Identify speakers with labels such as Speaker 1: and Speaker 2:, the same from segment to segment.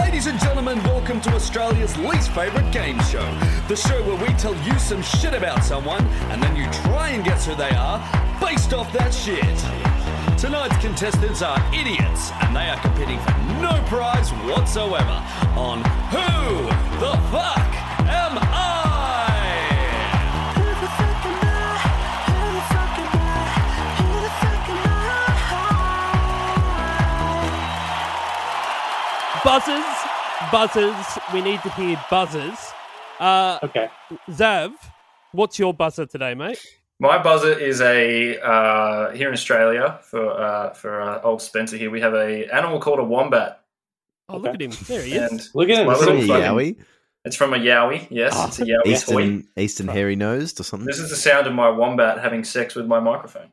Speaker 1: Ladies and gentlemen, welcome to Australia's least favourite game show. The show where we tell you some shit about someone and then you try and guess who they are based off that shit. Tonight's contestants are idiots and they are competing for no prize whatsoever on Who the Fuck Am I?
Speaker 2: Buzzers, buzzers. We need to hear buzzers. Uh,
Speaker 3: Okay.
Speaker 2: Zav, what's your buzzer today, mate?
Speaker 3: My buzzer is a uh, here in Australia for uh, for uh, old Spencer here. We have a animal called a wombat,
Speaker 2: Oh, look at him. There he is.
Speaker 3: and
Speaker 4: Look at him.
Speaker 3: Well,
Speaker 4: so
Speaker 3: little
Speaker 5: Hey,
Speaker 3: fucking-
Speaker 5: Yowie.
Speaker 3: it's from a yowie. Yes,
Speaker 5: Ah,
Speaker 3: it's a yowie toy.
Speaker 5: Eastern, Eastern hairy nosed or something.
Speaker 3: This is the sound of my wombat having sex with my microphone.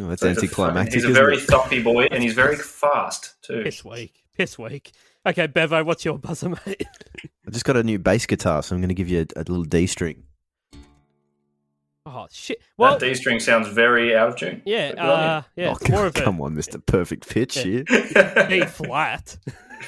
Speaker 5: Oh, that's
Speaker 3: So he's a-
Speaker 5: anticlimactic.
Speaker 3: He's a
Speaker 5: isn't
Speaker 3: very
Speaker 5: it?
Speaker 3: thumpy boy, and he's very fast too.
Speaker 2: Piss week. Piss week. Okay, Bevo, what's your buzzer, mate?
Speaker 5: I just got a new bass guitar, so I'm going to give you a, a little D string.
Speaker 2: Oh, shit. Well,
Speaker 3: That D string sounds very out of tune.
Speaker 2: yeah,
Speaker 3: But
Speaker 2: uh, yeah,
Speaker 5: oh,
Speaker 2: it's more of a
Speaker 5: come on, Mister Perfect Pitch.
Speaker 2: Yeah.
Speaker 5: Yeah,
Speaker 2: B flat.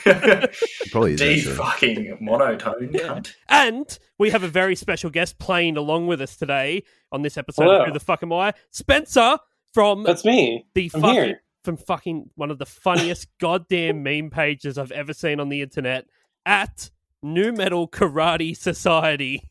Speaker 3: brilliant.
Speaker 5: It probably is.
Speaker 3: D
Speaker 5: actually.
Speaker 3: fucking monotone. cunt.
Speaker 2: And we have a very special guest playing along with us today on this episode
Speaker 4: Hello.
Speaker 2: of Who the Fuck Am I? Spencer from
Speaker 4: That's me.
Speaker 2: the
Speaker 4: I'm
Speaker 2: fucking
Speaker 4: here.
Speaker 2: from fucking one of the funniest goddamn meme pages I've ever seen on the internet at New Metal Karate Society.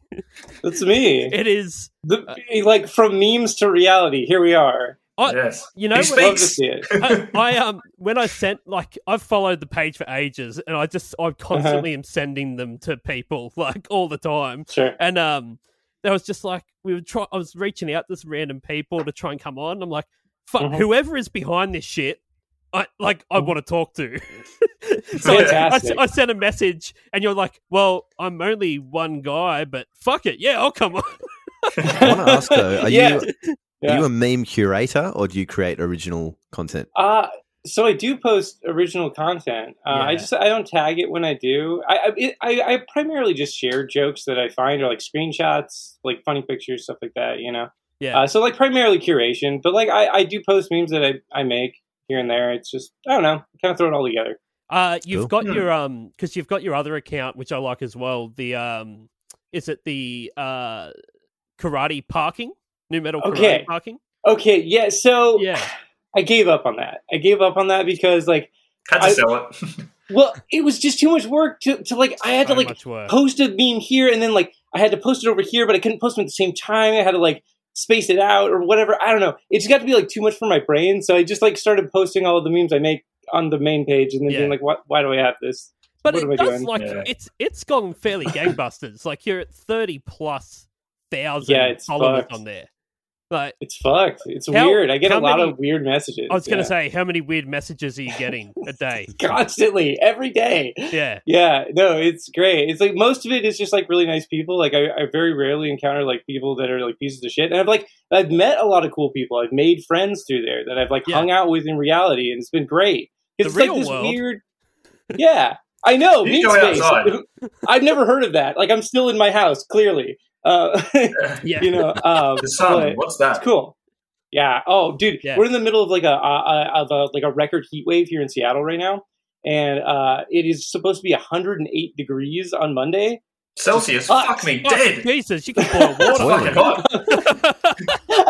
Speaker 4: That's me.
Speaker 2: It is
Speaker 4: The, like from memes to reality. Here we are.
Speaker 2: I,
Speaker 3: Yes.
Speaker 2: you know
Speaker 3: He
Speaker 2: what-
Speaker 4: Love to
Speaker 3: speaks.
Speaker 4: see it.
Speaker 2: I, I um when I sent like I've followed the page for ages and I just I constantly am sending them to people like all the time
Speaker 4: Sure.
Speaker 2: and um there was just like we were try I was reaching out to some random people to try and come on and I'm like fuck
Speaker 4: Mhm.
Speaker 2: whoever is behind this shit I like I want to talk to so I- I, s-
Speaker 4: Fantastic.
Speaker 2: I sent a message and you're like well I'm only one guy but fuck it yeah I'll come on
Speaker 5: I want to ask though: Are
Speaker 4: Yeah.
Speaker 5: you
Speaker 4: Yeah.
Speaker 5: are you a meme curator or do you create original content?
Speaker 4: Uh, so I do post original content. Uh, I
Speaker 2: Yeah.
Speaker 4: just I don't tag it when I do. I I, it, I I primarily just share jokes that I find or like screenshots, like funny pictures, stuff like that. You know.
Speaker 2: yeah
Speaker 4: Uh, so like primarily curation, but like I, I do post memes that I, I make here and there. It's just I don't know, kind of throw it all together.
Speaker 2: Uh, you've
Speaker 5: Cool.
Speaker 2: got
Speaker 3: Hmm.
Speaker 2: your um, because you've got your other account, which I like as well. The um, is it the uh, karate parking, new metal karate
Speaker 4: Okay.
Speaker 2: parking?
Speaker 4: Okay, yeah. So
Speaker 2: Yeah,
Speaker 4: I gave up on that. I gave up on that because like,
Speaker 3: Had to
Speaker 4: I-
Speaker 3: sell it.
Speaker 4: well, it was just too much work to, to like. I had
Speaker 2: so
Speaker 4: to like
Speaker 2: much work.
Speaker 4: post a meme here and then like I had to post it over here, but I couldn't post them at the same time. I had to like space it out or whatever. I don't know. It just got to be like too much for my brain. So I just like started posting all of the memes I make on the main page and then
Speaker 2: Yeah.
Speaker 4: being like, what? Why do I have this?
Speaker 2: but
Speaker 4: what
Speaker 2: it
Speaker 4: am I
Speaker 2: does
Speaker 4: doing?
Speaker 2: like
Speaker 3: Yeah.
Speaker 2: it's it's gone fairly gangbusters. like you're at thirty plus thousand
Speaker 4: Yeah, it's
Speaker 2: followers
Speaker 4: fucked.
Speaker 2: on there. Like
Speaker 4: It's fucked. It's
Speaker 2: How-
Speaker 4: weird. I get a
Speaker 2: how
Speaker 4: lot
Speaker 2: many-
Speaker 4: of weird messages.
Speaker 2: I was gonna
Speaker 4: Yeah.
Speaker 2: say, how many weird messages are you getting a day?
Speaker 4: constantly every day
Speaker 2: yeah,
Speaker 4: yeah no it's great it's like most of it is just like really nice people like I, I very rarely encounter like people that are like pieces of shit and i've like i've met a lot of cool people i've made friends through there that i've like
Speaker 2: Yeah.
Speaker 4: hung out with in reality and it's been great 'Cause
Speaker 2: The
Speaker 4: it's
Speaker 2: real
Speaker 4: like this
Speaker 2: world.
Speaker 4: weird yeah i know
Speaker 3: You
Speaker 4: meat
Speaker 3: go
Speaker 4: space.
Speaker 3: outside.
Speaker 4: i've never heard of that like i'm still in my house clearly uh,
Speaker 2: yeah.
Speaker 4: you know um,
Speaker 3: The sun.
Speaker 4: but-
Speaker 3: What's that?
Speaker 4: it's cool. Yeah. Oh, dude,
Speaker 2: Yeah.
Speaker 4: we're in the middle of like a, a, a of a like a record heat wave here in Seattle right now, and uh, it is supposed to be 108 degrees on Monday.
Speaker 3: Celsius.
Speaker 4: Ah,
Speaker 3: Fuck me
Speaker 2: Oh,
Speaker 3: dead.
Speaker 2: Jesus, you can boil
Speaker 3: Fucking
Speaker 2: water.
Speaker 5: Boiling.
Speaker 3: hot.
Speaker 4: I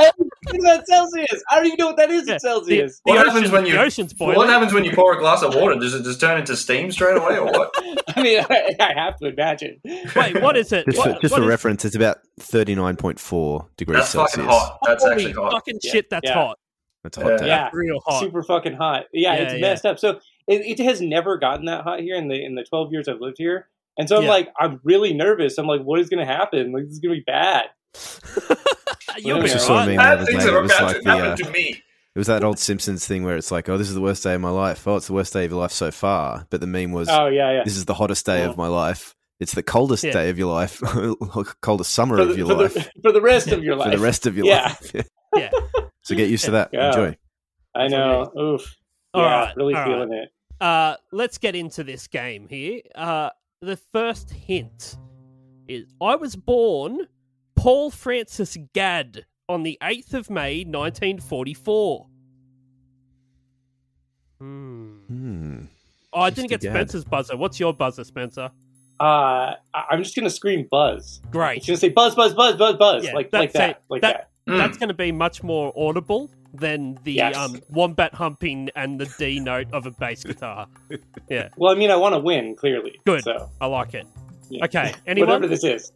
Speaker 4: haven't seen that Celsius. I don't even know what that is
Speaker 2: Yeah.
Speaker 4: in Celsius.
Speaker 2: The
Speaker 3: What
Speaker 2: ocean-
Speaker 3: happens when you-
Speaker 2: the ocean's boiling?
Speaker 3: What happens when you pour a glass of water? Does it just turn into steam straight away, or what?
Speaker 4: I mean, I, I have to imagine.
Speaker 2: Wait, what is it?
Speaker 5: Just
Speaker 2: What-
Speaker 5: for, just
Speaker 2: what
Speaker 5: for
Speaker 2: is-
Speaker 5: reference, it's about thirty nine point four degrees
Speaker 3: That's
Speaker 5: Celsius.
Speaker 3: fucking hot. That's
Speaker 2: Holy
Speaker 3: actually hot.
Speaker 2: fucking
Speaker 4: Yeah.
Speaker 2: shit, that's
Speaker 4: Yeah.
Speaker 2: hot.
Speaker 5: That's a hot
Speaker 3: Yeah.
Speaker 5: day.
Speaker 4: Yeah,
Speaker 2: Real hot.
Speaker 4: super fucking hot. Yeah,
Speaker 2: Yeah,
Speaker 4: it's
Speaker 2: yeah.
Speaker 4: messed up. So it, it has never gotten that hot here in the in the 12 years I've lived here. And so I'm
Speaker 2: Yeah.
Speaker 4: like, I'm really nervous. I'm like, what is going to happen? Like, this is going to be bad.
Speaker 2: You'll be
Speaker 4: Yeah. It's
Speaker 5: Just
Speaker 4: just
Speaker 5: saw a
Speaker 2: right.
Speaker 5: meme the
Speaker 3: Bad
Speaker 5: other
Speaker 3: things
Speaker 5: day.
Speaker 3: are
Speaker 5: It was
Speaker 3: about
Speaker 5: like
Speaker 3: to
Speaker 5: the
Speaker 3: happen
Speaker 5: uh,
Speaker 3: to me.
Speaker 5: It was that old Simpsons thing where it's like, oh, this is the worst day of my life. Oh, it's the worst day of your life so far. But the meme was,
Speaker 4: Oh yeah, yeah.
Speaker 5: this is the hottest day
Speaker 4: Yeah.
Speaker 5: of my life. It's the coldest
Speaker 2: Yeah.
Speaker 5: day of your life, coldest summer
Speaker 4: For
Speaker 5: of
Speaker 4: the,
Speaker 5: your
Speaker 4: for,
Speaker 5: life,
Speaker 4: the, for the rest of your
Speaker 5: for
Speaker 4: life.
Speaker 5: the rest of your
Speaker 4: Yeah.
Speaker 5: life. Yeah.
Speaker 2: Yeah.
Speaker 5: So get used to that.
Speaker 4: Yeah.
Speaker 5: Enjoy.
Speaker 4: I know. Oof.
Speaker 2: All
Speaker 4: yeah,
Speaker 2: right,
Speaker 4: really
Speaker 2: all right.
Speaker 4: feeling it.
Speaker 2: Uh, let's get into this game here. Uh, the first hint is I was born Paul Francis Gadd on the 8th of May 1944. Hmm. Oh, I
Speaker 5: Just
Speaker 2: didn't
Speaker 5: a
Speaker 2: get
Speaker 5: gad.
Speaker 2: Spencer's buzzer. What's your buzzer, Spencer?
Speaker 4: Uh, I- I'm just gonna scream buzz. It's
Speaker 2: Great.
Speaker 4: gonna say buzz, buzz, buzz, buzz, buzz,
Speaker 2: Yeah,
Speaker 4: like
Speaker 2: that's
Speaker 4: like that,
Speaker 2: it.
Speaker 4: like
Speaker 2: That-
Speaker 4: that.
Speaker 3: Mm.
Speaker 2: That's going to be much more audible than the
Speaker 4: Hmm. Yes.
Speaker 2: um, wombat humping and the D note of a bass guitar.
Speaker 4: Well, I mean, I want to win clearly.
Speaker 2: Good.
Speaker 4: So
Speaker 2: I like it.
Speaker 4: yeah.
Speaker 2: Okay.
Speaker 4: whatever
Speaker 2: Anyone?
Speaker 4: this is.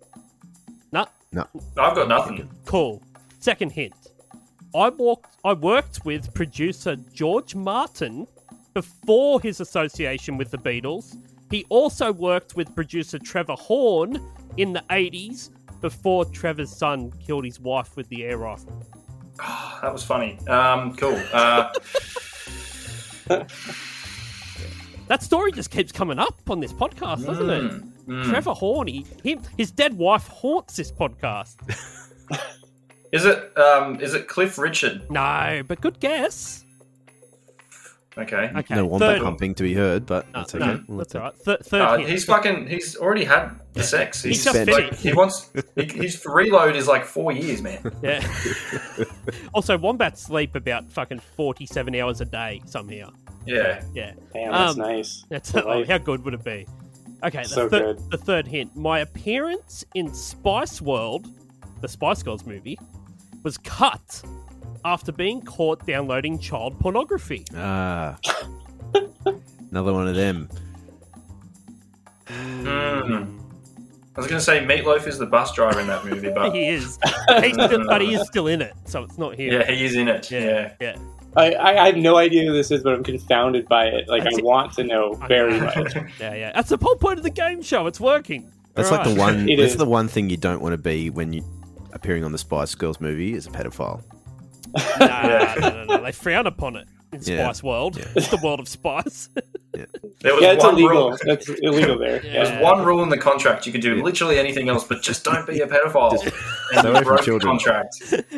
Speaker 3: I've got nothing.
Speaker 2: Cool. Second hint. I walked. I worked with producer George Martin before his association with the Beatles. He also worked with producer Trevor Horn in the '80s before Trevor's son killed his wife with the air rifle.
Speaker 3: That was funny. Um, cool. Uh,
Speaker 2: That story just keeps coming up on this podcast, doesn't it?
Speaker 3: mm, mm.
Speaker 2: Trevor Horn, he, him, his dead wife haunts this podcast.
Speaker 3: Is it um, is it Cliff Richard?
Speaker 2: No, but good guess.
Speaker 3: Okay. Uh,
Speaker 2: Okay,
Speaker 5: No wombat
Speaker 2: third-
Speaker 5: humping to be heard, but
Speaker 2: No,
Speaker 5: that's
Speaker 2: no,
Speaker 5: okay. We'll
Speaker 2: that's
Speaker 5: take
Speaker 2: all
Speaker 5: it.
Speaker 2: right. Thir- third
Speaker 3: Uh,
Speaker 2: hint.
Speaker 3: he's fucking. He's already had the sex. He's,
Speaker 2: He's just
Speaker 3: like,
Speaker 2: finished.
Speaker 3: he wants. He, his reload is like four years, man.
Speaker 2: Yeah. also, wombats sleep about fucking 47 hours a day somehow.
Speaker 3: Yeah.
Speaker 2: Yeah.
Speaker 4: Damn, that's
Speaker 2: Um,
Speaker 4: nice.
Speaker 2: That's
Speaker 4: Good
Speaker 2: oh,
Speaker 4: life.
Speaker 2: how good would it be? Okay, the,
Speaker 4: So
Speaker 2: thir-
Speaker 4: good.
Speaker 2: the third hint. My appearance in Spice World, the Spice Girls movie, was cut after being caught downloading child pornography.
Speaker 5: Ah. Another one of them.
Speaker 3: Mm. I was gonna say Meatloaf is the bus driver in that movie,
Speaker 4: Oh.
Speaker 3: but
Speaker 2: He is. He's still, but he is still in it, so it's not here.
Speaker 3: yeah, he is in it. Yeah.
Speaker 2: Yeah.
Speaker 4: I, I I have no idea who this is, but I'm confounded by it. Like,
Speaker 2: That's
Speaker 4: I
Speaker 2: it.
Speaker 4: want to know
Speaker 2: I
Speaker 4: very
Speaker 2: know.
Speaker 4: much.
Speaker 2: Yeah, yeah. That's the whole point of the game show. It's working.
Speaker 5: That's
Speaker 2: All
Speaker 5: like the
Speaker 2: right.
Speaker 5: one.
Speaker 4: It
Speaker 5: that's
Speaker 4: is.
Speaker 5: the one thing you don't want to be when you appearing on the Spice Girls movie is a pedophile.
Speaker 2: Nah, no, no, no. They frown upon it in
Speaker 5: Yeah.
Speaker 2: Spice World. It's the world of spice.
Speaker 3: There was
Speaker 4: Yeah, it's
Speaker 3: one
Speaker 4: illegal.
Speaker 3: rule.
Speaker 4: That's illegal there.
Speaker 2: Yeah.
Speaker 4: Yeah.
Speaker 3: There's one rule in the contract. You could do literally anything else, but just don't be a pedophile. and
Speaker 5: stay
Speaker 3: you
Speaker 5: away from
Speaker 3: broke the
Speaker 5: children.
Speaker 3: contract.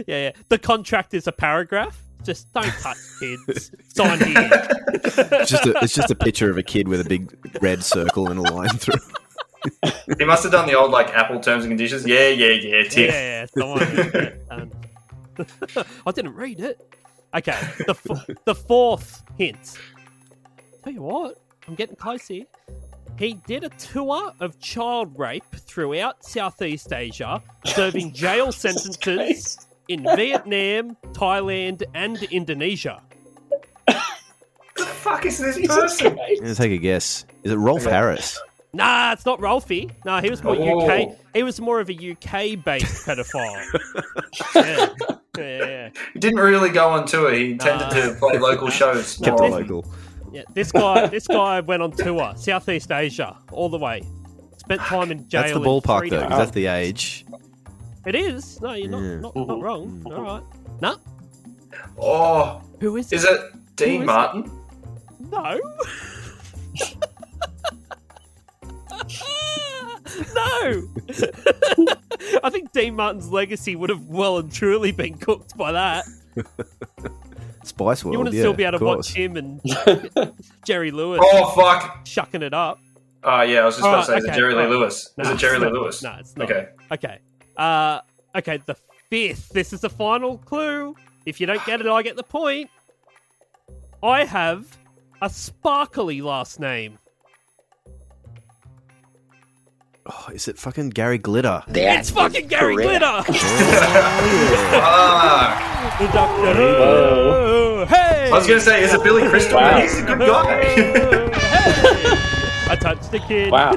Speaker 2: yeah, yeah. The contract is a paragraph. Just don't touch kids. Sign here.
Speaker 5: It's just a, it's just a picture of a kid with a big red circle and a line through. it.
Speaker 3: He must have done the old like Apple terms and conditions. Yeah, yeah, yeah,
Speaker 2: Yeah,
Speaker 3: tick.
Speaker 2: yeah. Sign. Um, I didn't read it. Okay. The f- the fourth hint. Tell you what, I'm getting close here. He did a tour of child rape throughout Southeast Asia, serving jail sentences
Speaker 4: Christ.
Speaker 2: in Vietnam, Thailand, and Indonesia.
Speaker 3: Who the fuck is this
Speaker 4: Jesus
Speaker 3: person?
Speaker 4: Christ.
Speaker 5: I'm gonna take a guess. Is it Rolf Harris?
Speaker 2: Nah, it's not Rolfie. Nah, he was more
Speaker 3: Oh.
Speaker 2: UK. He was more of a UK based pedophile. yeah. Yeah, yeah,
Speaker 3: He didn't really go on tour. He tended
Speaker 2: Nah.
Speaker 3: to play local shows.
Speaker 5: Kept
Speaker 3: more
Speaker 5: it
Speaker 2: Listen.
Speaker 3: often.
Speaker 5: local.
Speaker 2: yeah. This guy, this guy went on tour, Southeast Asia, all the way. Spent time in jail.
Speaker 5: Ah, That's the
Speaker 2: in E three
Speaker 5: ballpark though. 'cause
Speaker 2: days.
Speaker 5: That's the age.
Speaker 2: It is. No, you're not,
Speaker 5: Yeah. Mm-hmm.
Speaker 2: not, not wrong. All right. No.
Speaker 3: Oh,
Speaker 2: Who is,
Speaker 3: is
Speaker 2: it?
Speaker 3: it Dean
Speaker 2: Who is
Speaker 3: Martin?
Speaker 2: No. no. I think Dean Martin's legacy would have well and truly been cooked by that.
Speaker 5: Spice World.
Speaker 2: You want to
Speaker 5: yeah,
Speaker 2: still be
Speaker 5: of
Speaker 2: able to
Speaker 5: course.
Speaker 2: watch him and Jerry Lewis
Speaker 3: Oh fuck!
Speaker 2: shucking it up.
Speaker 3: Oh yeah, I was just
Speaker 2: All
Speaker 3: about to say,
Speaker 2: right,
Speaker 3: is it
Speaker 2: okay,
Speaker 3: Jerry
Speaker 2: all
Speaker 3: Lee
Speaker 2: right.
Speaker 3: Lewis? Is
Speaker 2: Nah,
Speaker 3: it Jerry
Speaker 2: it's
Speaker 3: Lee
Speaker 2: not.
Speaker 3: Lewis?
Speaker 2: No, it's not.
Speaker 3: Okay.
Speaker 2: Okay. Uh, okay, the fifth. This is the final clue. If you don't get it, I get the point. I have a sparkly last name.
Speaker 5: Oh, is it fucking Gary Glitter?
Speaker 2: it's fucking Gary Glitter!
Speaker 3: Fuck.
Speaker 2: the Doctor Who! Hey!
Speaker 3: I was gonna say, is it Billy Crystal?
Speaker 4: Wow.
Speaker 3: He's a good guy.
Speaker 2: Hey! I touched the kid.
Speaker 4: Wow.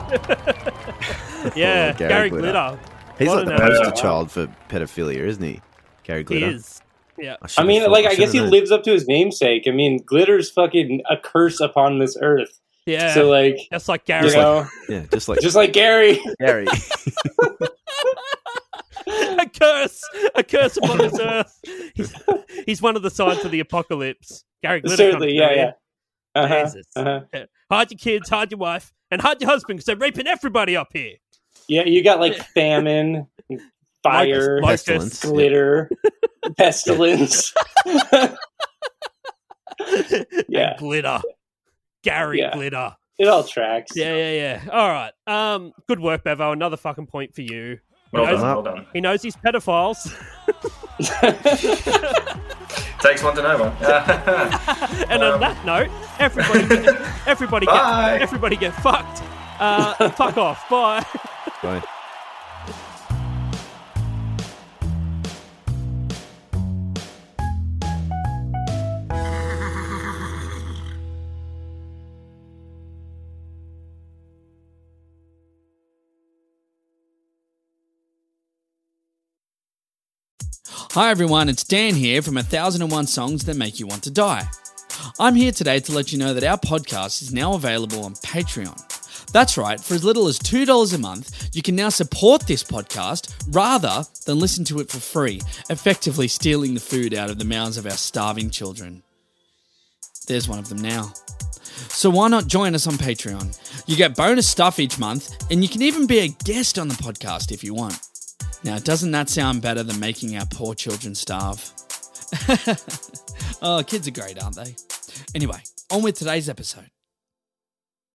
Speaker 2: Yeah,
Speaker 5: Oh,
Speaker 2: Gary,
Speaker 5: Gary
Speaker 2: Glitter.
Speaker 5: Glitter. He's
Speaker 2: Well,
Speaker 5: like the
Speaker 2: no.
Speaker 5: poster
Speaker 3: Yeah.
Speaker 5: child for pedophilia, isn't he? Gary
Speaker 2: He
Speaker 5: Glitter.
Speaker 2: is. Yeah.
Speaker 5: should've
Speaker 4: I mean,
Speaker 5: thought-
Speaker 4: like, I
Speaker 5: should've
Speaker 4: guess he
Speaker 5: known.
Speaker 4: lives up to his namesake. I mean, glitter's fucking a curse upon this earth.
Speaker 2: Yeah.
Speaker 4: So, uh, like,
Speaker 2: That's like
Speaker 4: you
Speaker 2: Gary.
Speaker 4: know,
Speaker 5: Yeah, just like
Speaker 4: just like Gary.
Speaker 5: Gary.
Speaker 2: a curse, a curse upon this earth. He's, he's one of the signs of the apocalypse. Gary Glitter.
Speaker 4: Certainly,
Speaker 2: comes
Speaker 4: yeah,
Speaker 2: through,
Speaker 4: yeah. Uh-huh,
Speaker 2: Jesus.
Speaker 4: uh-huh.
Speaker 2: Hide your kids, hide your wife, and hide your husband because they're raping everybody up here.
Speaker 4: Yeah, you got, like, famine, fire,
Speaker 2: Like-
Speaker 5: Pestilence.
Speaker 4: glitter, pestilence. Yeah.
Speaker 2: And glitter. Gary
Speaker 4: Yeah.
Speaker 2: Glitter.
Speaker 4: It all tracks.
Speaker 2: Yeah, yeah, yeah. All right. Um, good work, Bevo. Another fucking point for you.
Speaker 3: Well
Speaker 2: He knows-
Speaker 3: done, well done.
Speaker 2: He knows he's pedophiles.
Speaker 3: Takes one to know one.
Speaker 2: And on
Speaker 3: Um,
Speaker 2: that note, everybody, get, everybody,
Speaker 3: Bye.
Speaker 2: get, everybody, get fucked. Uh, fuck off. Bye.
Speaker 5: Bye.
Speaker 6: Hi everyone, it's Dan here from 1001 Songs That Make You Want to Die. I'm here today to let you know that our podcast is now available on Patreon. That's right, for as little as $2 a month, you can now support this podcast rather than listen to it for free, effectively stealing the food out of the mouths of our starving children. There's one of them now. So why not join us on Patreon? You get bonus stuff each month, and you can even be a guest on the podcast if you want. Now, doesn't that sound better than making our poor children starve? oh, kids are great, aren't they? Anyway, on with today's episode.